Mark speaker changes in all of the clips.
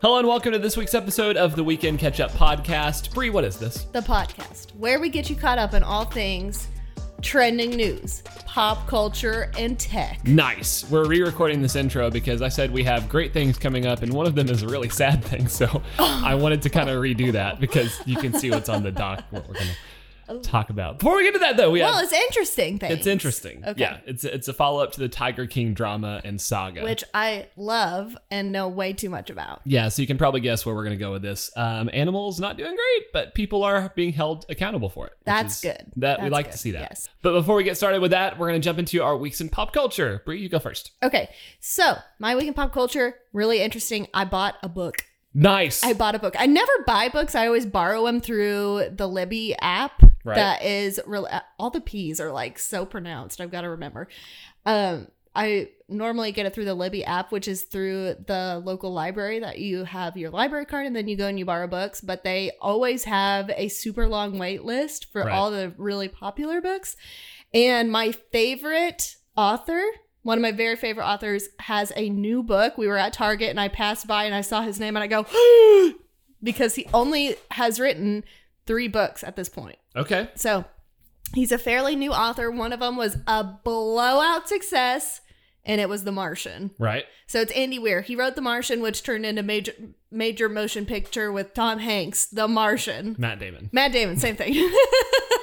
Speaker 1: Hello and welcome to this week's episode of the Weekend Catch Up Podcast. Bree, what is this?
Speaker 2: the podcast where we get you caught up in all things trending news, pop culture, and tech.
Speaker 1: Nice. We're re recording this intro because I said we have great things coming up, and one of them is a really sad thing. So I wanted to kind of redo that because you can see what's on the doc, what we're going to talk about. Before we get to that, though, we have.
Speaker 2: Well, it's interesting things.
Speaker 1: it's interesting.
Speaker 2: Okay.
Speaker 1: Yeah, it's it's a follow up to the Tiger King drama and saga.
Speaker 2: Which I love and know way too much about.
Speaker 1: yeah, so you can probably guess where we're going to go with this. Um, animals not doing great, but people are being held accountable for it. which
Speaker 2: That's
Speaker 1: is-
Speaker 2: good.
Speaker 1: That we
Speaker 2: That's
Speaker 1: like to
Speaker 2: good,
Speaker 1: see that.
Speaker 2: yes.
Speaker 1: But before we get started with that, we're going to jump into our weeks in pop culture. Bree, you go first.
Speaker 2: Okay, so my week in pop culture, really interesting. I bought a book.
Speaker 1: Nice.
Speaker 2: I bought a book. I never buy books. I always borrow them through the Libby app.
Speaker 1: Right.
Speaker 2: That is real. uh, All the P's are like so pronounced. I've got to remember. Um, I normally get it through the Libby app, which is through the local library that you have your library card, and then you go and you borrow books. But they always have a super long wait list for
Speaker 1: Right.
Speaker 2: all the really popular books. And my favorite author, one of my very favorite authors, has a new book. We were at Target and I passed by and I saw his name and I go, because he only has written three books at this point.
Speaker 1: okay.
Speaker 2: So he's a fairly new author. One of them was a blowout success, and it was The Martian.
Speaker 1: Right.
Speaker 2: So it's Andy Weir. He wrote The Martian, which turned into major major motion picture with Tom Hanks, The Martian.
Speaker 1: Matt Damon.
Speaker 2: Matt Damon, same thing.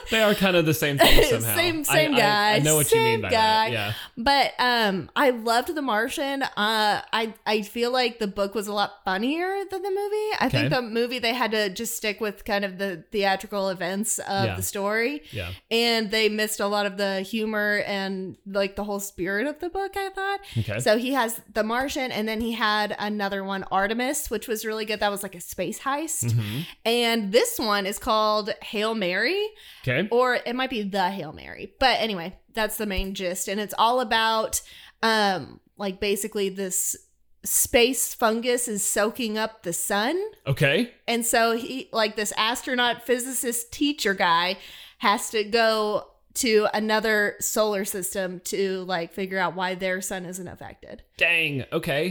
Speaker 1: They are kind of the same thing somehow.
Speaker 2: Same-
Speaker 1: I-
Speaker 2: same
Speaker 1: I, I,
Speaker 2: guy,
Speaker 1: know what you
Speaker 2: same
Speaker 1: mean by
Speaker 2: guy.
Speaker 1: that. Yeah.
Speaker 2: but um I loved The Martian. Uh I I feel like the book was a lot funnier than the movie. I think
Speaker 1: Okay.
Speaker 2: the movie they had to just stick with kind of the theatrical events of
Speaker 1: Yeah.
Speaker 2: the story.
Speaker 1: Yeah.
Speaker 2: and they missed a lot of the humor and like the whole spirit of the book i thought
Speaker 1: Okay.
Speaker 2: so he has the martian and then he had another one artemis which was really good that was like a space heist
Speaker 1: Mhm.
Speaker 2: and this one is called hail mary
Speaker 1: Okay.
Speaker 2: or it might be the hail mary but anyway that's the main gist and it's all about um like basically this space fungus is soaking up the sun
Speaker 1: Okay.
Speaker 2: and so he like this astronaut physicist teacher guy has to go to another solar system to like figure out why their sun isn't affected.
Speaker 1: Dang. Okay.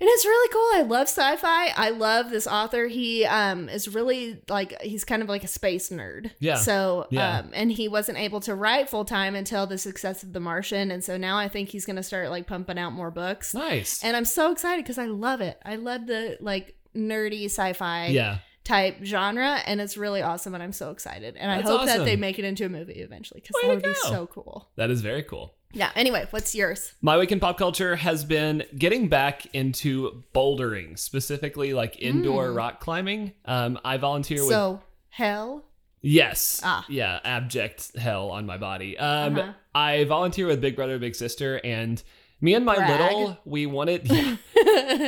Speaker 2: And it's really cool. I love sci-fi. I love this author. He um is really like he's kind of like a space nerd.
Speaker 1: Yeah.
Speaker 2: So
Speaker 1: Yeah.
Speaker 2: um and he wasn't able to write full time until the success of The Martian. And so now I think he's gonna start like pumping out more books.
Speaker 1: Nice.
Speaker 2: And I'm so excited because I love it. I love the like nerdy sci-fi
Speaker 1: yeah.
Speaker 2: type genre and it's really awesome and i'm so excited and
Speaker 1: That's
Speaker 2: i hope
Speaker 1: awesome.
Speaker 2: that they make it into a movie eventually because
Speaker 1: Way
Speaker 2: that
Speaker 1: to
Speaker 2: would be
Speaker 1: go.
Speaker 2: so cool
Speaker 1: That is very cool.
Speaker 2: yeah anyway what's yours
Speaker 1: My week in pop culture has been getting back into bouldering, specifically like indoor
Speaker 2: Mm.
Speaker 1: rock climbing. Um, I volunteer with
Speaker 2: so hell
Speaker 1: yes,
Speaker 2: Ah.
Speaker 1: yeah, abject hell on my body. Um,
Speaker 2: Uh-huh.
Speaker 1: I volunteer with Big Brother Big Sister, and me and my
Speaker 2: Brag.
Speaker 1: little, we wanted yeah,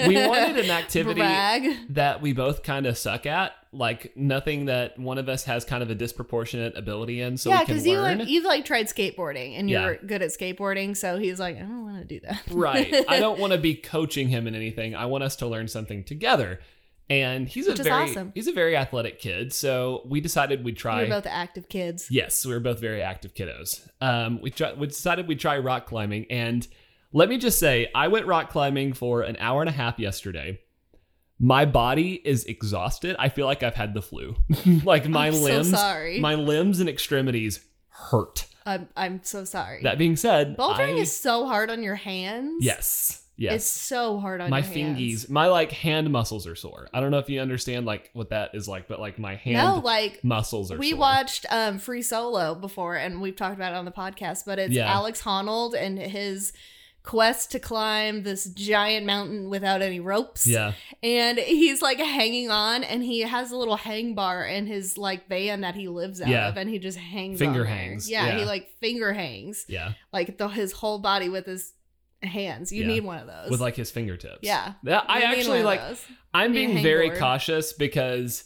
Speaker 1: we wanted an activity
Speaker 2: brag
Speaker 1: that we both kind of suck at, like nothing that one of us has kind of a disproportionate ability in, so
Speaker 2: yeah
Speaker 1: we can
Speaker 2: because
Speaker 1: learn.
Speaker 2: you like you've like tried skateboarding and you
Speaker 1: Yeah.
Speaker 2: were good at skateboarding so he's like i don't want to do that
Speaker 1: right. I don't want to be coaching him in anything. I want us to learn something together. And he's
Speaker 2: Which
Speaker 1: a
Speaker 2: is
Speaker 1: very
Speaker 2: awesome.
Speaker 1: he's a very athletic kid, so we decided we'd try.
Speaker 2: we're both active kids
Speaker 1: yes, we were both very active kiddos. Um, we try, we decided we'd try rock climbing, and let me just say, I went rock climbing for an hour and a half yesterday. My body is exhausted. I feel like I've had the flu. like my
Speaker 2: I'm so
Speaker 1: limbs,
Speaker 2: sorry.
Speaker 1: my limbs and extremities hurt.
Speaker 2: i'm, I'm so sorry
Speaker 1: That being said,
Speaker 2: bouldering
Speaker 1: I-
Speaker 2: is so hard on your hands
Speaker 1: yes, yes,
Speaker 2: it's so hard on
Speaker 1: my
Speaker 2: your Oh, hands.
Speaker 1: fingies, my like hand muscles are sore. I don't know if you understand like what that is like, but like my hand
Speaker 2: no like
Speaker 1: muscles are
Speaker 2: we
Speaker 1: sore.
Speaker 2: watched um, Free Solo before, and we've talked about it on the podcast. But it's
Speaker 1: Yeah.
Speaker 2: Alex Honnold and his quest to climb this giant mountain without any ropes.
Speaker 1: yeah,
Speaker 2: And he's like hanging on, and he has a little hang bar in his like van that he lives out
Speaker 1: Yeah.
Speaker 2: of, and he just hangs.
Speaker 1: Finger
Speaker 2: on there.
Speaker 1: hangs,
Speaker 2: Yeah,
Speaker 1: yeah.
Speaker 2: he like finger hangs,
Speaker 1: yeah,
Speaker 2: like the, his whole body with his hands. You
Speaker 1: Yeah.
Speaker 2: need one of those.
Speaker 1: with like his fingertips.
Speaker 2: Yeah.
Speaker 1: That- I
Speaker 2: You need one
Speaker 1: actually
Speaker 2: of
Speaker 1: like.
Speaker 2: those.
Speaker 1: I'm
Speaker 2: need a
Speaker 1: being
Speaker 2: hang
Speaker 1: very
Speaker 2: board.
Speaker 1: cautious because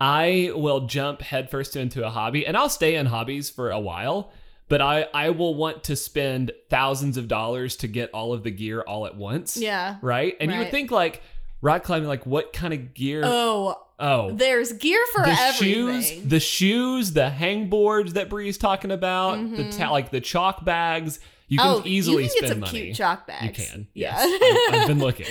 Speaker 1: I will jump headfirst into a hobby, and I'll stay in hobbies for a while. But I I will want to spend thousands of dollars to get all of the gear all at once.
Speaker 2: Yeah.
Speaker 1: Right. And you would
Speaker 2: Right.
Speaker 1: think like rock climbing, like what kind of gear?
Speaker 2: Oh,
Speaker 1: oh,
Speaker 2: there's gear for
Speaker 1: the
Speaker 2: everything.
Speaker 1: shoes, the shoes, the hangboards that Bree's talking about, the
Speaker 2: Mhm.
Speaker 1: ta- like the chalk bags. You can
Speaker 2: oh,
Speaker 1: easily
Speaker 2: you can get
Speaker 1: spend
Speaker 2: some
Speaker 1: money.
Speaker 2: cute jock bags.
Speaker 1: you can.
Speaker 2: Yeah.
Speaker 1: Yes. I- I've been looking.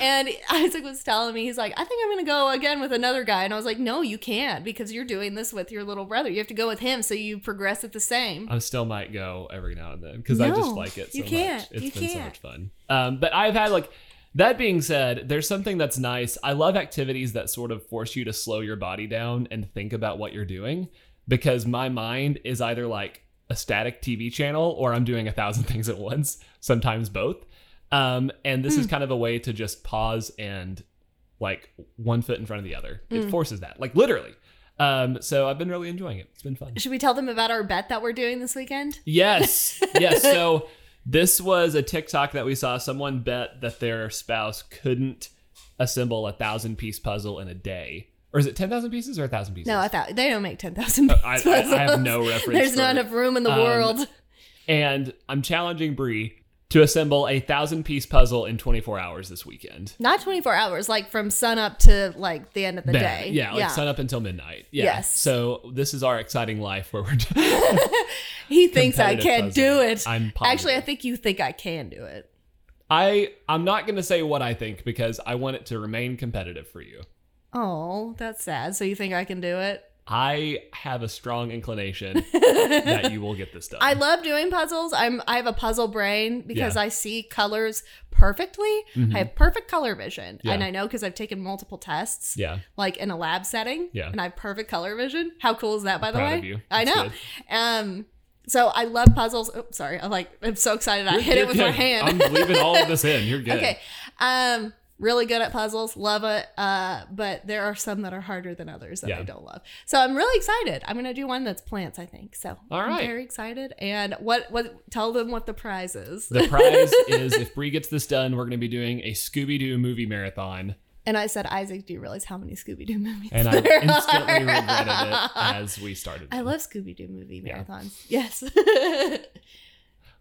Speaker 2: And Isaac was telling me, he's like, I think I'm going to go again with another guy. And I was like, no, you can't because you're doing this with your little brother. You have to go with him so you progress at the same.
Speaker 1: I still might go every now and then because I
Speaker 2: No,
Speaker 1: just like it so
Speaker 2: you can't.
Speaker 1: much. It's
Speaker 2: You
Speaker 1: been so
Speaker 2: can't.
Speaker 1: much fun. Um, but I've had like that being said, there's something that's nice. I love activities that sort of force you to slow your body down and think about what you're doing because my mind is either like a static TV channel or I'm doing a thousand things at once, sometimes both. Um, and this is
Speaker 2: Hmm.
Speaker 1: kind of a way to just pause and like one foot in front of the other. It
Speaker 2: Mm.
Speaker 1: forces that, like literally. Um, so I've been really enjoying it. It's been fun.
Speaker 2: Should we tell them about our bet that we're doing this weekend?
Speaker 1: Yes. Yes. So this was a TikTok that we saw. Someone bet that their spouse couldn't assemble a thousand piece puzzle in a day. Or is it 10,000 pieces or a thousand pieces? Uh,
Speaker 2: No, I thought they don't make 10,000
Speaker 1: I, I, I have no reference.
Speaker 2: There's
Speaker 1: for
Speaker 2: not
Speaker 1: it.
Speaker 2: enough room in the
Speaker 1: Um,
Speaker 2: world.
Speaker 1: And I'm challenging Bree to assemble a thousand piece puzzle in 24 hours this weekend.
Speaker 2: Not 24 hours, like from sun up to like the end of the
Speaker 1: Then.
Speaker 2: day.
Speaker 1: Yeah, like sun up until midnight. Yeah.
Speaker 2: Yes.
Speaker 1: So this is our exciting life where we're
Speaker 2: he thinks I
Speaker 1: competitive
Speaker 2: can't do
Speaker 1: puzzling.
Speaker 2: it.
Speaker 1: I'm positive.
Speaker 2: Actually, I think you think I can do it.
Speaker 1: I I'm not going to say what I think because I want it to remain competitive for you.
Speaker 2: Oh, that's sad. So you think I can do it?
Speaker 1: I have a strong inclination that you will get this done.
Speaker 2: I love doing puzzles. I'm I have a puzzle brain because
Speaker 1: Yeah.
Speaker 2: I see colors perfectly.
Speaker 1: Mhm.
Speaker 2: I have perfect color vision,
Speaker 1: Yeah.
Speaker 2: and I know because I've taken multiple tests,
Speaker 1: yeah,
Speaker 2: like in a lab setting.
Speaker 1: Yeah.
Speaker 2: and I have perfect color vision. How cool is that, by the
Speaker 1: proud
Speaker 2: way?
Speaker 1: of you.
Speaker 2: I
Speaker 1: That's
Speaker 2: know.
Speaker 1: good.
Speaker 2: Um, so I love puzzles. Oh, sorry, I'm like I'm so excited. I
Speaker 1: You're-
Speaker 2: hit
Speaker 1: you're
Speaker 2: it with my
Speaker 1: good.
Speaker 2: hand.
Speaker 1: I'm leaving all of this in. You're good.
Speaker 2: okay, um, really good at puzzles. Love it. Uh, but there are some that are harder than others that I
Speaker 1: Yeah.
Speaker 2: don't love. So I'm really excited. I'm gonna do one that's plants. I think so.
Speaker 1: All
Speaker 2: I'm
Speaker 1: right.
Speaker 2: very excited. And what what? Tell them what the prize is.
Speaker 1: The prize is if Bree gets this done, we're going to be doing a Scooby Doo movie marathon,
Speaker 2: And I said, Isaac, do you realize how many Scooby Doo movies?
Speaker 1: and I
Speaker 2: there
Speaker 1: instantly
Speaker 2: are?"
Speaker 1: regretted it as we started.
Speaker 2: I
Speaker 1: them.
Speaker 2: love Scooby Doo movie
Speaker 1: Yeah.
Speaker 2: marathons. Yes.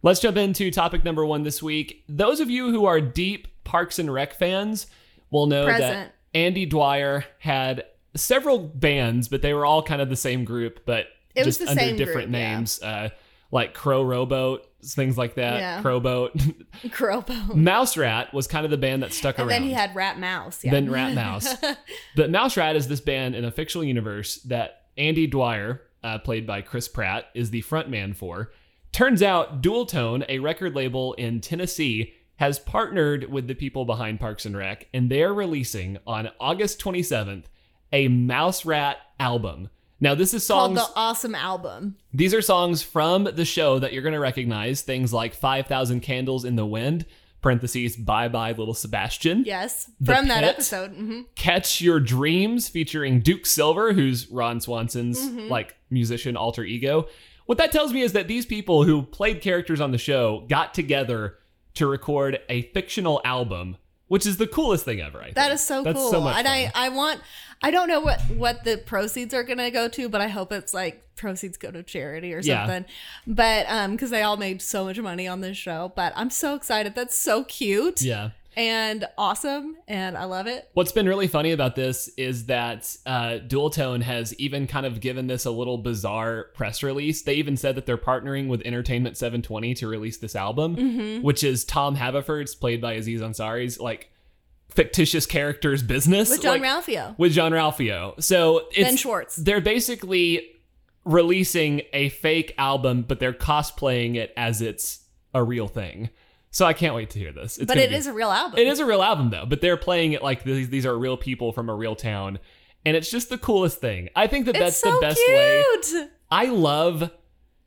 Speaker 1: Let's jump into topic number one this week. Those of you who are deep Parks and Rec fans will know that
Speaker 2: Present.
Speaker 1: Andy Dwyer had several bands, but they were all kind of the same group, but
Speaker 2: It was
Speaker 1: just
Speaker 2: the
Speaker 1: under
Speaker 2: same
Speaker 1: different
Speaker 2: group, yeah.
Speaker 1: names, uh, like Crow Rowboat, things like that.
Speaker 2: Yeah.
Speaker 1: Crowboat,
Speaker 2: Crowbone.
Speaker 1: Mouse Rat was kind of the band that stuck
Speaker 2: And
Speaker 1: around.
Speaker 2: then he had Rat Mouse. Yeah.
Speaker 1: Then Rat Mouse. but Mouse Rat is this band in a fictional universe that Andy Dwyer, uh, played by Chris Pratt, is the frontman for. Turns out, Dual Tone, a record label in Tennessee, has partnered with the people behind Parks and Rec, and they're releasing on August 27th a Mouse Rat album. Now, this is
Speaker 2: called
Speaker 1: songs.
Speaker 2: the Awesome Album.
Speaker 1: These are songs from the show that you're going to recognize. Things like 5,000 Candles in the Wind, parentheses, Bye Bye Little Sebastian.
Speaker 2: Yes,
Speaker 1: The
Speaker 2: from that
Speaker 1: Pit.
Speaker 2: episode. hmm
Speaker 1: Catch Your Dreams featuring Duke Silver, who's Ron Swanson's like musician alter ego. What that tells me is that these people who played characters on the show got together to record a fictional album, which is the coolest thing ever. I think.
Speaker 2: That is so
Speaker 1: That's
Speaker 2: cool.
Speaker 1: so much
Speaker 2: and I,
Speaker 1: fun.
Speaker 2: I want I don't know what what the proceeds are going to go to, but I hope it's like proceeds go to charity or
Speaker 1: Yeah.
Speaker 2: something. But um cuz they all made so much money on this show, but I'm so excited. That's so cute
Speaker 1: yeah.
Speaker 2: and awesome and I love it.
Speaker 1: What's been really funny about this is that uh, Dual Tone has even kind of given this a little bizarre press release. They even said that they're partnering with Entertainment 720 to release this album,
Speaker 2: Mhm.
Speaker 1: which is Tom Haverford's, played by Aziz Ansari's, like fictitious character's business
Speaker 2: With
Speaker 1: like,
Speaker 2: John Ralphio.
Speaker 1: with John Ralphio. So it's
Speaker 2: Ben Schwartz.
Speaker 1: they're basically releasing a fake album, but they're cosplaying it as it's a real thing. So I can't wait to hear this. It's
Speaker 2: But
Speaker 1: gonna
Speaker 2: it
Speaker 1: be
Speaker 2: is a real album.
Speaker 1: it is a real album though, but they're playing it like these, these are real people from a real town, and it's just the coolest thing. I think that that's
Speaker 2: It's so
Speaker 1: the best way.
Speaker 2: cute.
Speaker 1: I love,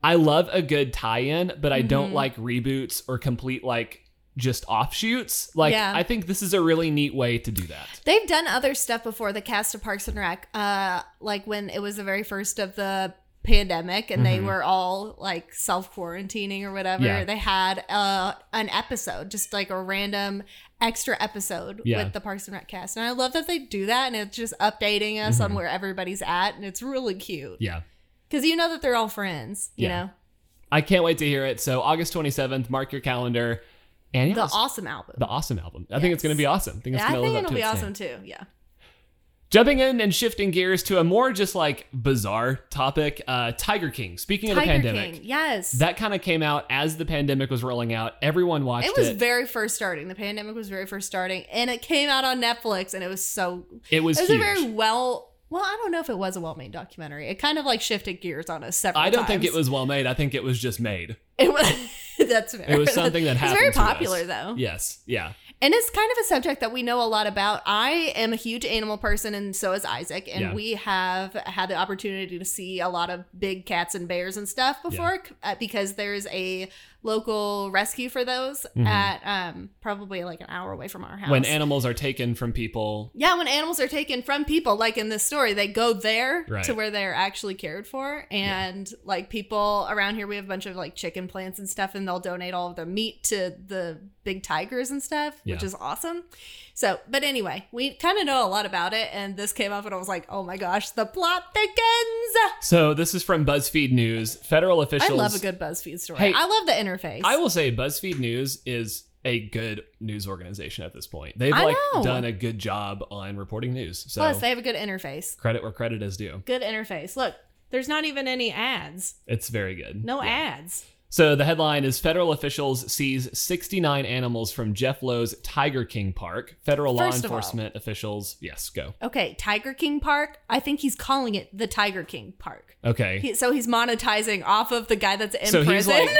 Speaker 1: I love a good tie-in, but I
Speaker 2: Mm-hmm.
Speaker 1: don't like reboots or complete like just offshoots. Like
Speaker 2: Yeah.
Speaker 1: I think this is a really neat way to do that.
Speaker 2: They've done other stuff before the cast of Parks and Rec, uh, like when it was the very first of the pandemic and they
Speaker 1: Mhm.
Speaker 2: were all like self quarantining or whatever.
Speaker 1: Yeah.
Speaker 2: They had uh, an episode, just like a random extra episode
Speaker 1: Yeah.
Speaker 2: with the Parks and Rec cast. And I love that they do that and it's just updating us on where everybody's at. And it's really cute
Speaker 1: Mm-hmm. Yeah.
Speaker 2: because you know that they're all friends, you
Speaker 1: Yeah.
Speaker 2: know?
Speaker 1: I can't wait to hear it. So August 27th, mark your calendar. And yeah,
Speaker 2: The
Speaker 1: it's
Speaker 2: awesome album.
Speaker 1: the awesome album. I think it's
Speaker 2: Yes.
Speaker 1: going to be awesome. I think it's
Speaker 2: I
Speaker 1: going to
Speaker 2: think
Speaker 1: live up to
Speaker 2: it'll be
Speaker 1: its name.
Speaker 2: awesome too. Yeah.
Speaker 1: Jumping in and shifting gears to a more just like bizarre topic, uh, Tiger King. Speaking of the
Speaker 2: Tiger
Speaker 1: pandemic,
Speaker 2: King. Yes.
Speaker 1: that kind of came out as the pandemic was rolling out. Everyone watched it.
Speaker 2: it was very first starting. The pandemic was very first starting, and it came out on Netflix, and it was so.
Speaker 1: It was,
Speaker 2: It was a
Speaker 1: huge.
Speaker 2: very well. Well, I don't know if it was a well-made documentary. It kind of like shifted gears on us several.
Speaker 1: I don't think it
Speaker 2: times.
Speaker 1: was well made. I think it was just made.
Speaker 2: It was. that's fair.
Speaker 1: It was something that
Speaker 2: It's
Speaker 1: happened.
Speaker 2: very
Speaker 1: to us.
Speaker 2: popular though,
Speaker 1: Yes. Yeah.
Speaker 2: and it's kind of a subject that we know a lot about. I am a huge animal person, and so is Isaac, and
Speaker 1: Yeah.
Speaker 2: we have had the opportunity to see a lot of big cats and bears and stuff before, uh, because there's a local rescue for those
Speaker 1: Mhm.
Speaker 2: at um, probably like an hour away from our house.
Speaker 1: When animals are taken from people,
Speaker 2: Yeah, when animals are taken from people, like in this story, they go there
Speaker 1: Right.
Speaker 2: to where they're actually cared for. And like people around here, we have a bunch of like chicken plants and stuff, and they'll donate all of their meat to the big tigers and stuff, which
Speaker 1: Yeah.
Speaker 2: is awesome. So, but anyway, we kind of know a lot about it. And this came up, and I was like, oh my gosh, the plot thickens.
Speaker 1: So this is from BuzzFeed News. Federal officials.
Speaker 2: I love a good BuzzFeed story.
Speaker 1: Hey,
Speaker 2: I love the interface.
Speaker 1: I will say BuzzFeed News is a good news organization at this point. They've
Speaker 2: I
Speaker 1: like
Speaker 2: know.
Speaker 1: done a good job on reporting news. So
Speaker 2: Plus, they have a good interface.
Speaker 1: credit where credit is due.
Speaker 2: Good interface. Look, there's not even any ads.
Speaker 1: It's very good.
Speaker 2: No
Speaker 1: Yeah.
Speaker 2: ads.
Speaker 1: So the headline is federal officials seize 69 animals from Jeff Lowe's Tiger King Park. Federal law
Speaker 2: First of all-
Speaker 1: enforcement officials. Yes, go.
Speaker 2: Okay, Tiger King Park. I think he's calling it the Tiger King Park.
Speaker 1: Okay.
Speaker 2: He, so he's monetizing off of the guy that's in
Speaker 1: So he's
Speaker 2: prison
Speaker 1: like-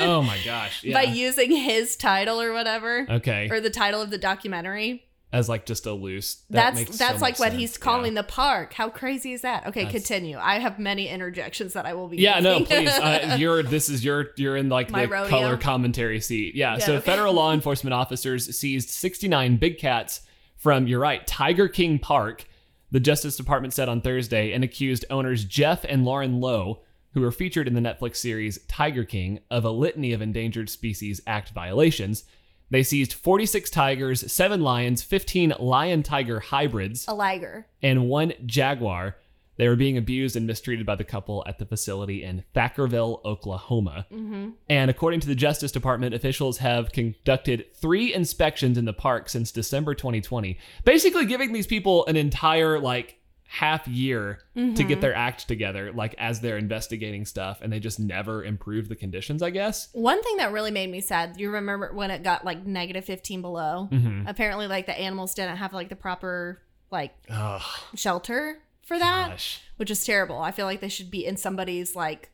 Speaker 1: oh my gosh. Yeah.
Speaker 2: by using his title or whatever,
Speaker 1: okay.
Speaker 2: or the title of the documentary.
Speaker 1: As like just a loose. That
Speaker 2: that's
Speaker 1: makes so
Speaker 2: that's like
Speaker 1: much
Speaker 2: what
Speaker 1: sense.
Speaker 2: he's
Speaker 1: Yeah.
Speaker 2: calling the park. How crazy is that? Okay,
Speaker 1: That's-
Speaker 2: continue. I have many interjections that I will be.
Speaker 1: Yeah, no,
Speaker 2: using.
Speaker 1: please. Uh, you're this is your you're in like
Speaker 2: My
Speaker 1: the
Speaker 2: rodeo.
Speaker 1: color commentary seat. Yeah.
Speaker 2: Yeah,
Speaker 1: so
Speaker 2: okay.
Speaker 1: federal law enforcement officers seized 69 big cats from you're right Tiger King Park. The Justice Department said on Thursday and accused owners Jeff and Lauren Lowe, who were featured in the Netflix series Tiger King, of a litany of Endangered Species Act violations. They seized 46 tigers, seven lions, 15 lion tiger hybrids,
Speaker 2: a liger.
Speaker 1: and one jaguar. They were being abused and mistreated by the couple at the facility in Thackerville, Oklahoma.
Speaker 2: Mm-hmm.
Speaker 1: And according to the Justice Department, officials have conducted three inspections in the park since December 2020, basically giving these people an entire like half year to
Speaker 2: Mm-hmm.
Speaker 1: get their act together, like as they're investigating stuff, and they just never improve the conditions, I guess.
Speaker 2: One thing that really made me sad. You remember when it got like negative fifteen below?
Speaker 1: Mm-hmm.
Speaker 2: Apparently, like the animals didn't have like the proper like
Speaker 1: Oh,
Speaker 2: shelter for that.
Speaker 1: gosh.
Speaker 2: which is terrible. I feel like they should be in somebody's like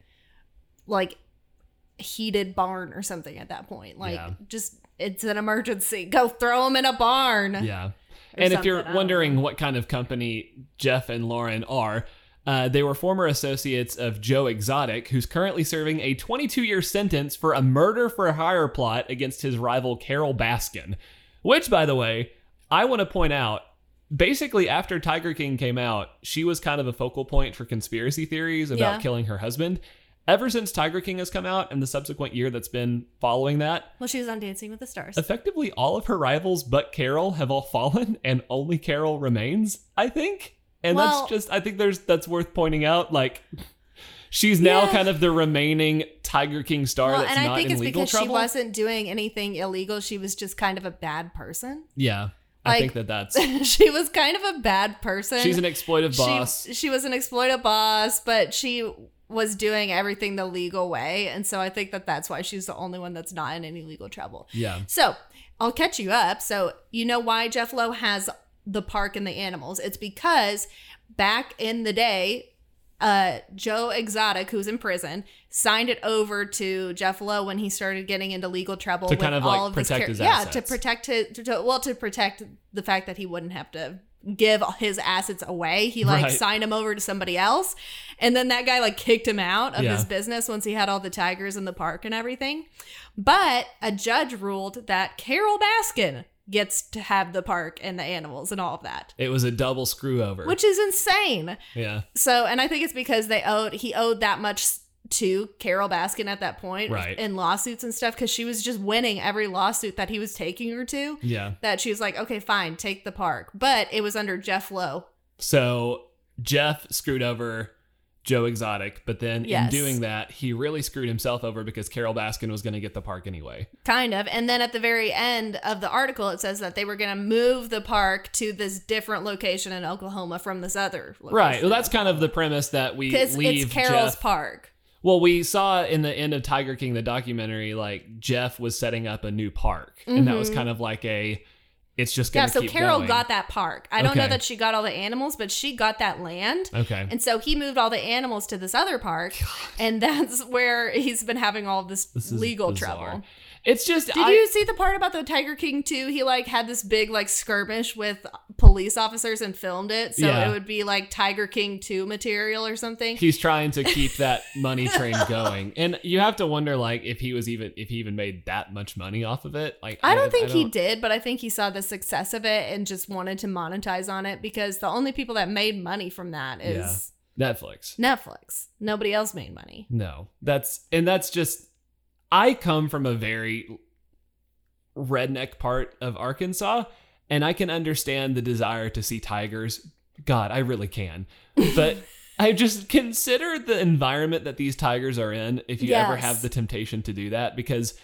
Speaker 2: like heated barn or something at that point. Like
Speaker 1: Yeah.
Speaker 2: just it's an emergency. Go throw them in a barn.
Speaker 1: Yeah.
Speaker 2: or
Speaker 1: and if
Speaker 2: something. I
Speaker 1: you're
Speaker 2: don't know.
Speaker 1: wondering what kind of company Jeff and Lauren are, uh, they were former associates of Joe Exotic, who's currently serving a 22 year sentence for a murder for hire plot against his rival Carol Baskin. Which, by the way, I want to point out basically, after Tiger King came out, she was kind of a focal point for conspiracy theories about
Speaker 2: Yeah.
Speaker 1: killing her husband. Ever since Tiger King has come out and the subsequent year that's been following that,
Speaker 2: Well, she was on Dancing with the Stars.
Speaker 1: Effectively, all of her rivals but Carol have all fallen, and only Carol remains. I think, and
Speaker 2: Well-
Speaker 1: that's just I think there's that's worth pointing out. Like, she's now
Speaker 2: Yeah.
Speaker 1: kind of the remaining Tiger King star
Speaker 2: Well,
Speaker 1: that's
Speaker 2: and
Speaker 1: not
Speaker 2: I think
Speaker 1: in
Speaker 2: it's
Speaker 1: legal
Speaker 2: because
Speaker 1: trouble.
Speaker 2: she wasn't doing anything illegal. She was just kind of a bad person.
Speaker 1: yeah, I
Speaker 2: Like-
Speaker 1: think that that's
Speaker 2: she was kind of a bad person.
Speaker 1: she's an exploitive boss.
Speaker 2: She, she was an exploited boss, but she was doing everything the legal way. And so I think that that's why she's the only one that's not in any legal trouble.
Speaker 1: yeah,
Speaker 2: So I'll catch you up. So you know why Jeff Lowe has the park and the animals? It's because back in the day, uh, Joe Exotic, who's in prison, signed it over to Jeff Lowe when he started getting into legal trouble
Speaker 1: To
Speaker 2: with
Speaker 1: kind of,
Speaker 2: all
Speaker 1: like,
Speaker 2: of his
Speaker 1: protect
Speaker 2: char-
Speaker 1: his
Speaker 2: yeah to
Speaker 1: assets.
Speaker 2: protect his to, to- well to protect the fact that he wouldn't have to give his assets away. He like
Speaker 1: Right.
Speaker 2: signed him over to somebody else, and then that guy like kicked him out of
Speaker 1: Yeah.
Speaker 2: his business once he had all the tigers in the park and everything. But a judge ruled that Carol Baskin gets to have the park and the animals and all of that,
Speaker 1: it was a double screw over.
Speaker 2: which is insane.
Speaker 1: yeah,
Speaker 2: So, and I think it's because they owed he owed that much to Carol Baskin at that point
Speaker 1: Right.
Speaker 2: in lawsuits and stuff because she was just winning every lawsuit that he was taking her to.
Speaker 1: yeah.
Speaker 2: That she was like, okay, fine, take the park, but it was under Jeff Lowe.
Speaker 1: So Jeff screwed over Joe Exotic, but then
Speaker 2: Yes.
Speaker 1: in doing that, he really screwed himself over because Carol Baskin was going to get the park anyway.
Speaker 2: Kind of. And then at the very end of the article, it says that they were going to move the park to this different location in Oklahoma from this other location.
Speaker 1: Right. Well, that's kind of the premise that we
Speaker 2: Because
Speaker 1: leave
Speaker 2: it's Carol's
Speaker 1: Jeff.
Speaker 2: park.
Speaker 1: Well, we saw in the end of Tiger King, the documentary, like Jeff was setting up a new park, and that was
Speaker 2: Mhm.
Speaker 1: kind of like a, it's just
Speaker 2: Yeah,
Speaker 1: going to
Speaker 2: so
Speaker 1: keep
Speaker 2: Carol
Speaker 1: going.
Speaker 2: got that park. I don't know
Speaker 1: Okay.
Speaker 2: that she got all the animals, but she got that land.
Speaker 1: okay.
Speaker 2: And so he moved all the animals to this other park. And that's where he's been having all this,
Speaker 1: This is
Speaker 2: legal
Speaker 1: bizarre.
Speaker 2: trouble.
Speaker 1: It's just
Speaker 2: Did
Speaker 1: I,
Speaker 2: you see the part about the Tiger King too? He like had this big like skirmish with police officers and filmed it, so
Speaker 1: Yeah.
Speaker 2: it would be like Tiger King two material or something.
Speaker 1: he's trying to keep that money train going, and you have to wonder like if he was even if he even made that much money off of it. Like
Speaker 2: I don't think he did, but I think he saw the success of it and just wanted to monetize on it because the only people that made money from that is
Speaker 1: Netflix.
Speaker 2: Netflix. Nobody else made money.
Speaker 1: No, that's and that's just. I come from a very redneck part of Arkansas, and I can understand the desire to see tigers. God, I really can, but I just consider the environment that these tigers are in. If you ever
Speaker 2: Yes.
Speaker 1: have the temptation to do that, because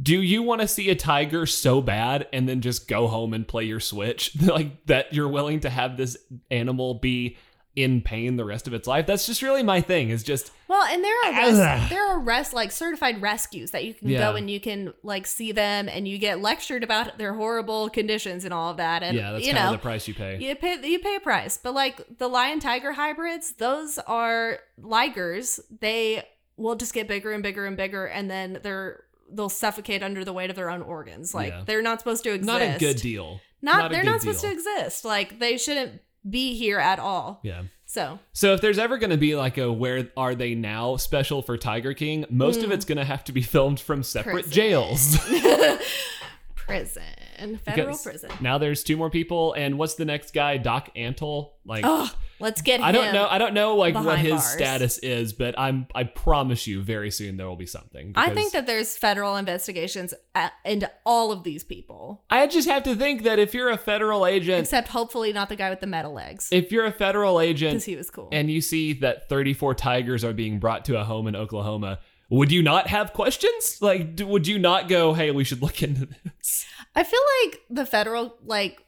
Speaker 1: do you want to see a tiger so bad and then just go home and play your Switch like that? You're willing to have this animal be in pain the rest of its life. That's just really my thing. Is just
Speaker 2: Well, and there are
Speaker 1: Ah, Ugh.
Speaker 2: res- there are res- like certified rescues that you can
Speaker 1: Yeah.
Speaker 2: go and you can like see them and you get lectured about their horrible conditions and all of that. And
Speaker 1: yeah, that's
Speaker 2: you
Speaker 1: kind
Speaker 2: know,
Speaker 1: of the price you pay.
Speaker 2: You pay you pay a price, but like the lion tiger hybrids, those are ligers. They will just get bigger and bigger and bigger, and then they're they'll suffocate under the weight of their own organs. Like
Speaker 1: Yeah.
Speaker 2: they're not supposed to exist.
Speaker 1: Not a good deal.
Speaker 2: Not,
Speaker 1: not a
Speaker 2: they're
Speaker 1: good
Speaker 2: not supposed
Speaker 1: deal.
Speaker 2: to exist. Like they shouldn't be here at all.
Speaker 1: Yeah.
Speaker 2: So
Speaker 1: So if there's ever going to be like a where are they now special for Tiger King, most of
Speaker 2: Mm.
Speaker 1: it's going to have to be filmed from separate
Speaker 2: Prison.
Speaker 1: jails.
Speaker 2: prison, federal
Speaker 1: Because-
Speaker 2: prison.
Speaker 1: now there's two more people and what's the next guy? Doc Antle? Like
Speaker 2: Oh, let's get.
Speaker 1: I don't
Speaker 2: him.
Speaker 1: know. I don't know like what
Speaker 2: behind
Speaker 1: his
Speaker 2: bars.
Speaker 1: status is, but I'm I promise you very soon there will be something.
Speaker 2: I
Speaker 1: because
Speaker 2: think that there's federal investigations at, into all of these people,
Speaker 1: I just have to think that if you're a federal agent,
Speaker 2: except hopefully not the guy with the metal legs
Speaker 1: if you're a federal agent
Speaker 2: because he was cool.
Speaker 1: and you see that 34 tigers are being brought to a home in Oklahoma, would you not have questions? Like, d would you not go, hey, we should look into this?
Speaker 2: I feel like the federal like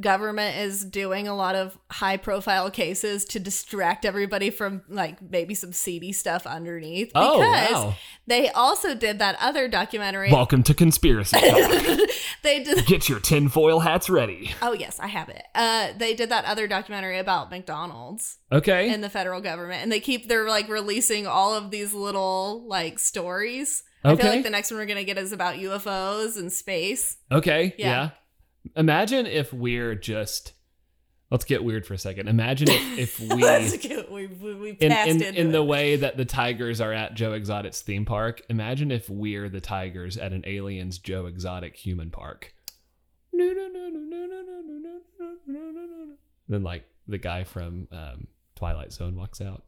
Speaker 2: government is doing a lot of high profile cases to distract everybody from like maybe some seedy stuff underneath
Speaker 1: Oh,
Speaker 2: because
Speaker 1: wow.
Speaker 2: they also did that other documentary
Speaker 1: Welcome to Conspiracy Talk.
Speaker 2: they did
Speaker 1: Get your tinfoil hats ready.
Speaker 2: oh yes i have it uh they did that other documentary about mcdonald's
Speaker 1: Okay.
Speaker 2: and the federal government and they keep they're like releasing all of these little like stories i feel
Speaker 1: Okay.
Speaker 2: like the next one we're gonna get is about ufos and space
Speaker 1: okay. Yeah.
Speaker 2: Yeah.
Speaker 1: Imagine if we're just. Let's get weird for a second. Imagine if, if we.
Speaker 2: That's cute. we we, we
Speaker 1: in,
Speaker 2: passed
Speaker 1: in,
Speaker 2: into
Speaker 1: in the
Speaker 2: it.
Speaker 1: way that the tigers are at Joe Exotic's theme park, imagine if we're the tigers at an alien's Joe Exotic human park. Then like the guy from um, Twilight Zone walks out.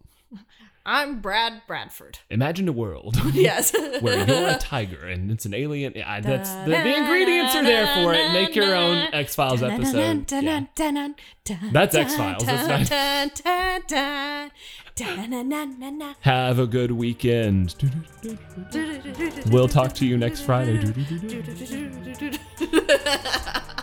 Speaker 2: I'm Brad Bradford.
Speaker 1: Imagine a world
Speaker 2: Yes.
Speaker 1: where you're a tiger and it's an alien. Yeah, I- that's the, the ingredients are there for it. Make your own X Files episode. Yeah. That's
Speaker 2: That's
Speaker 1: X-Files, it's
Speaker 2: not.
Speaker 1: Have a good weekend. We'll talk to you next Friday.
Speaker 2: Friday.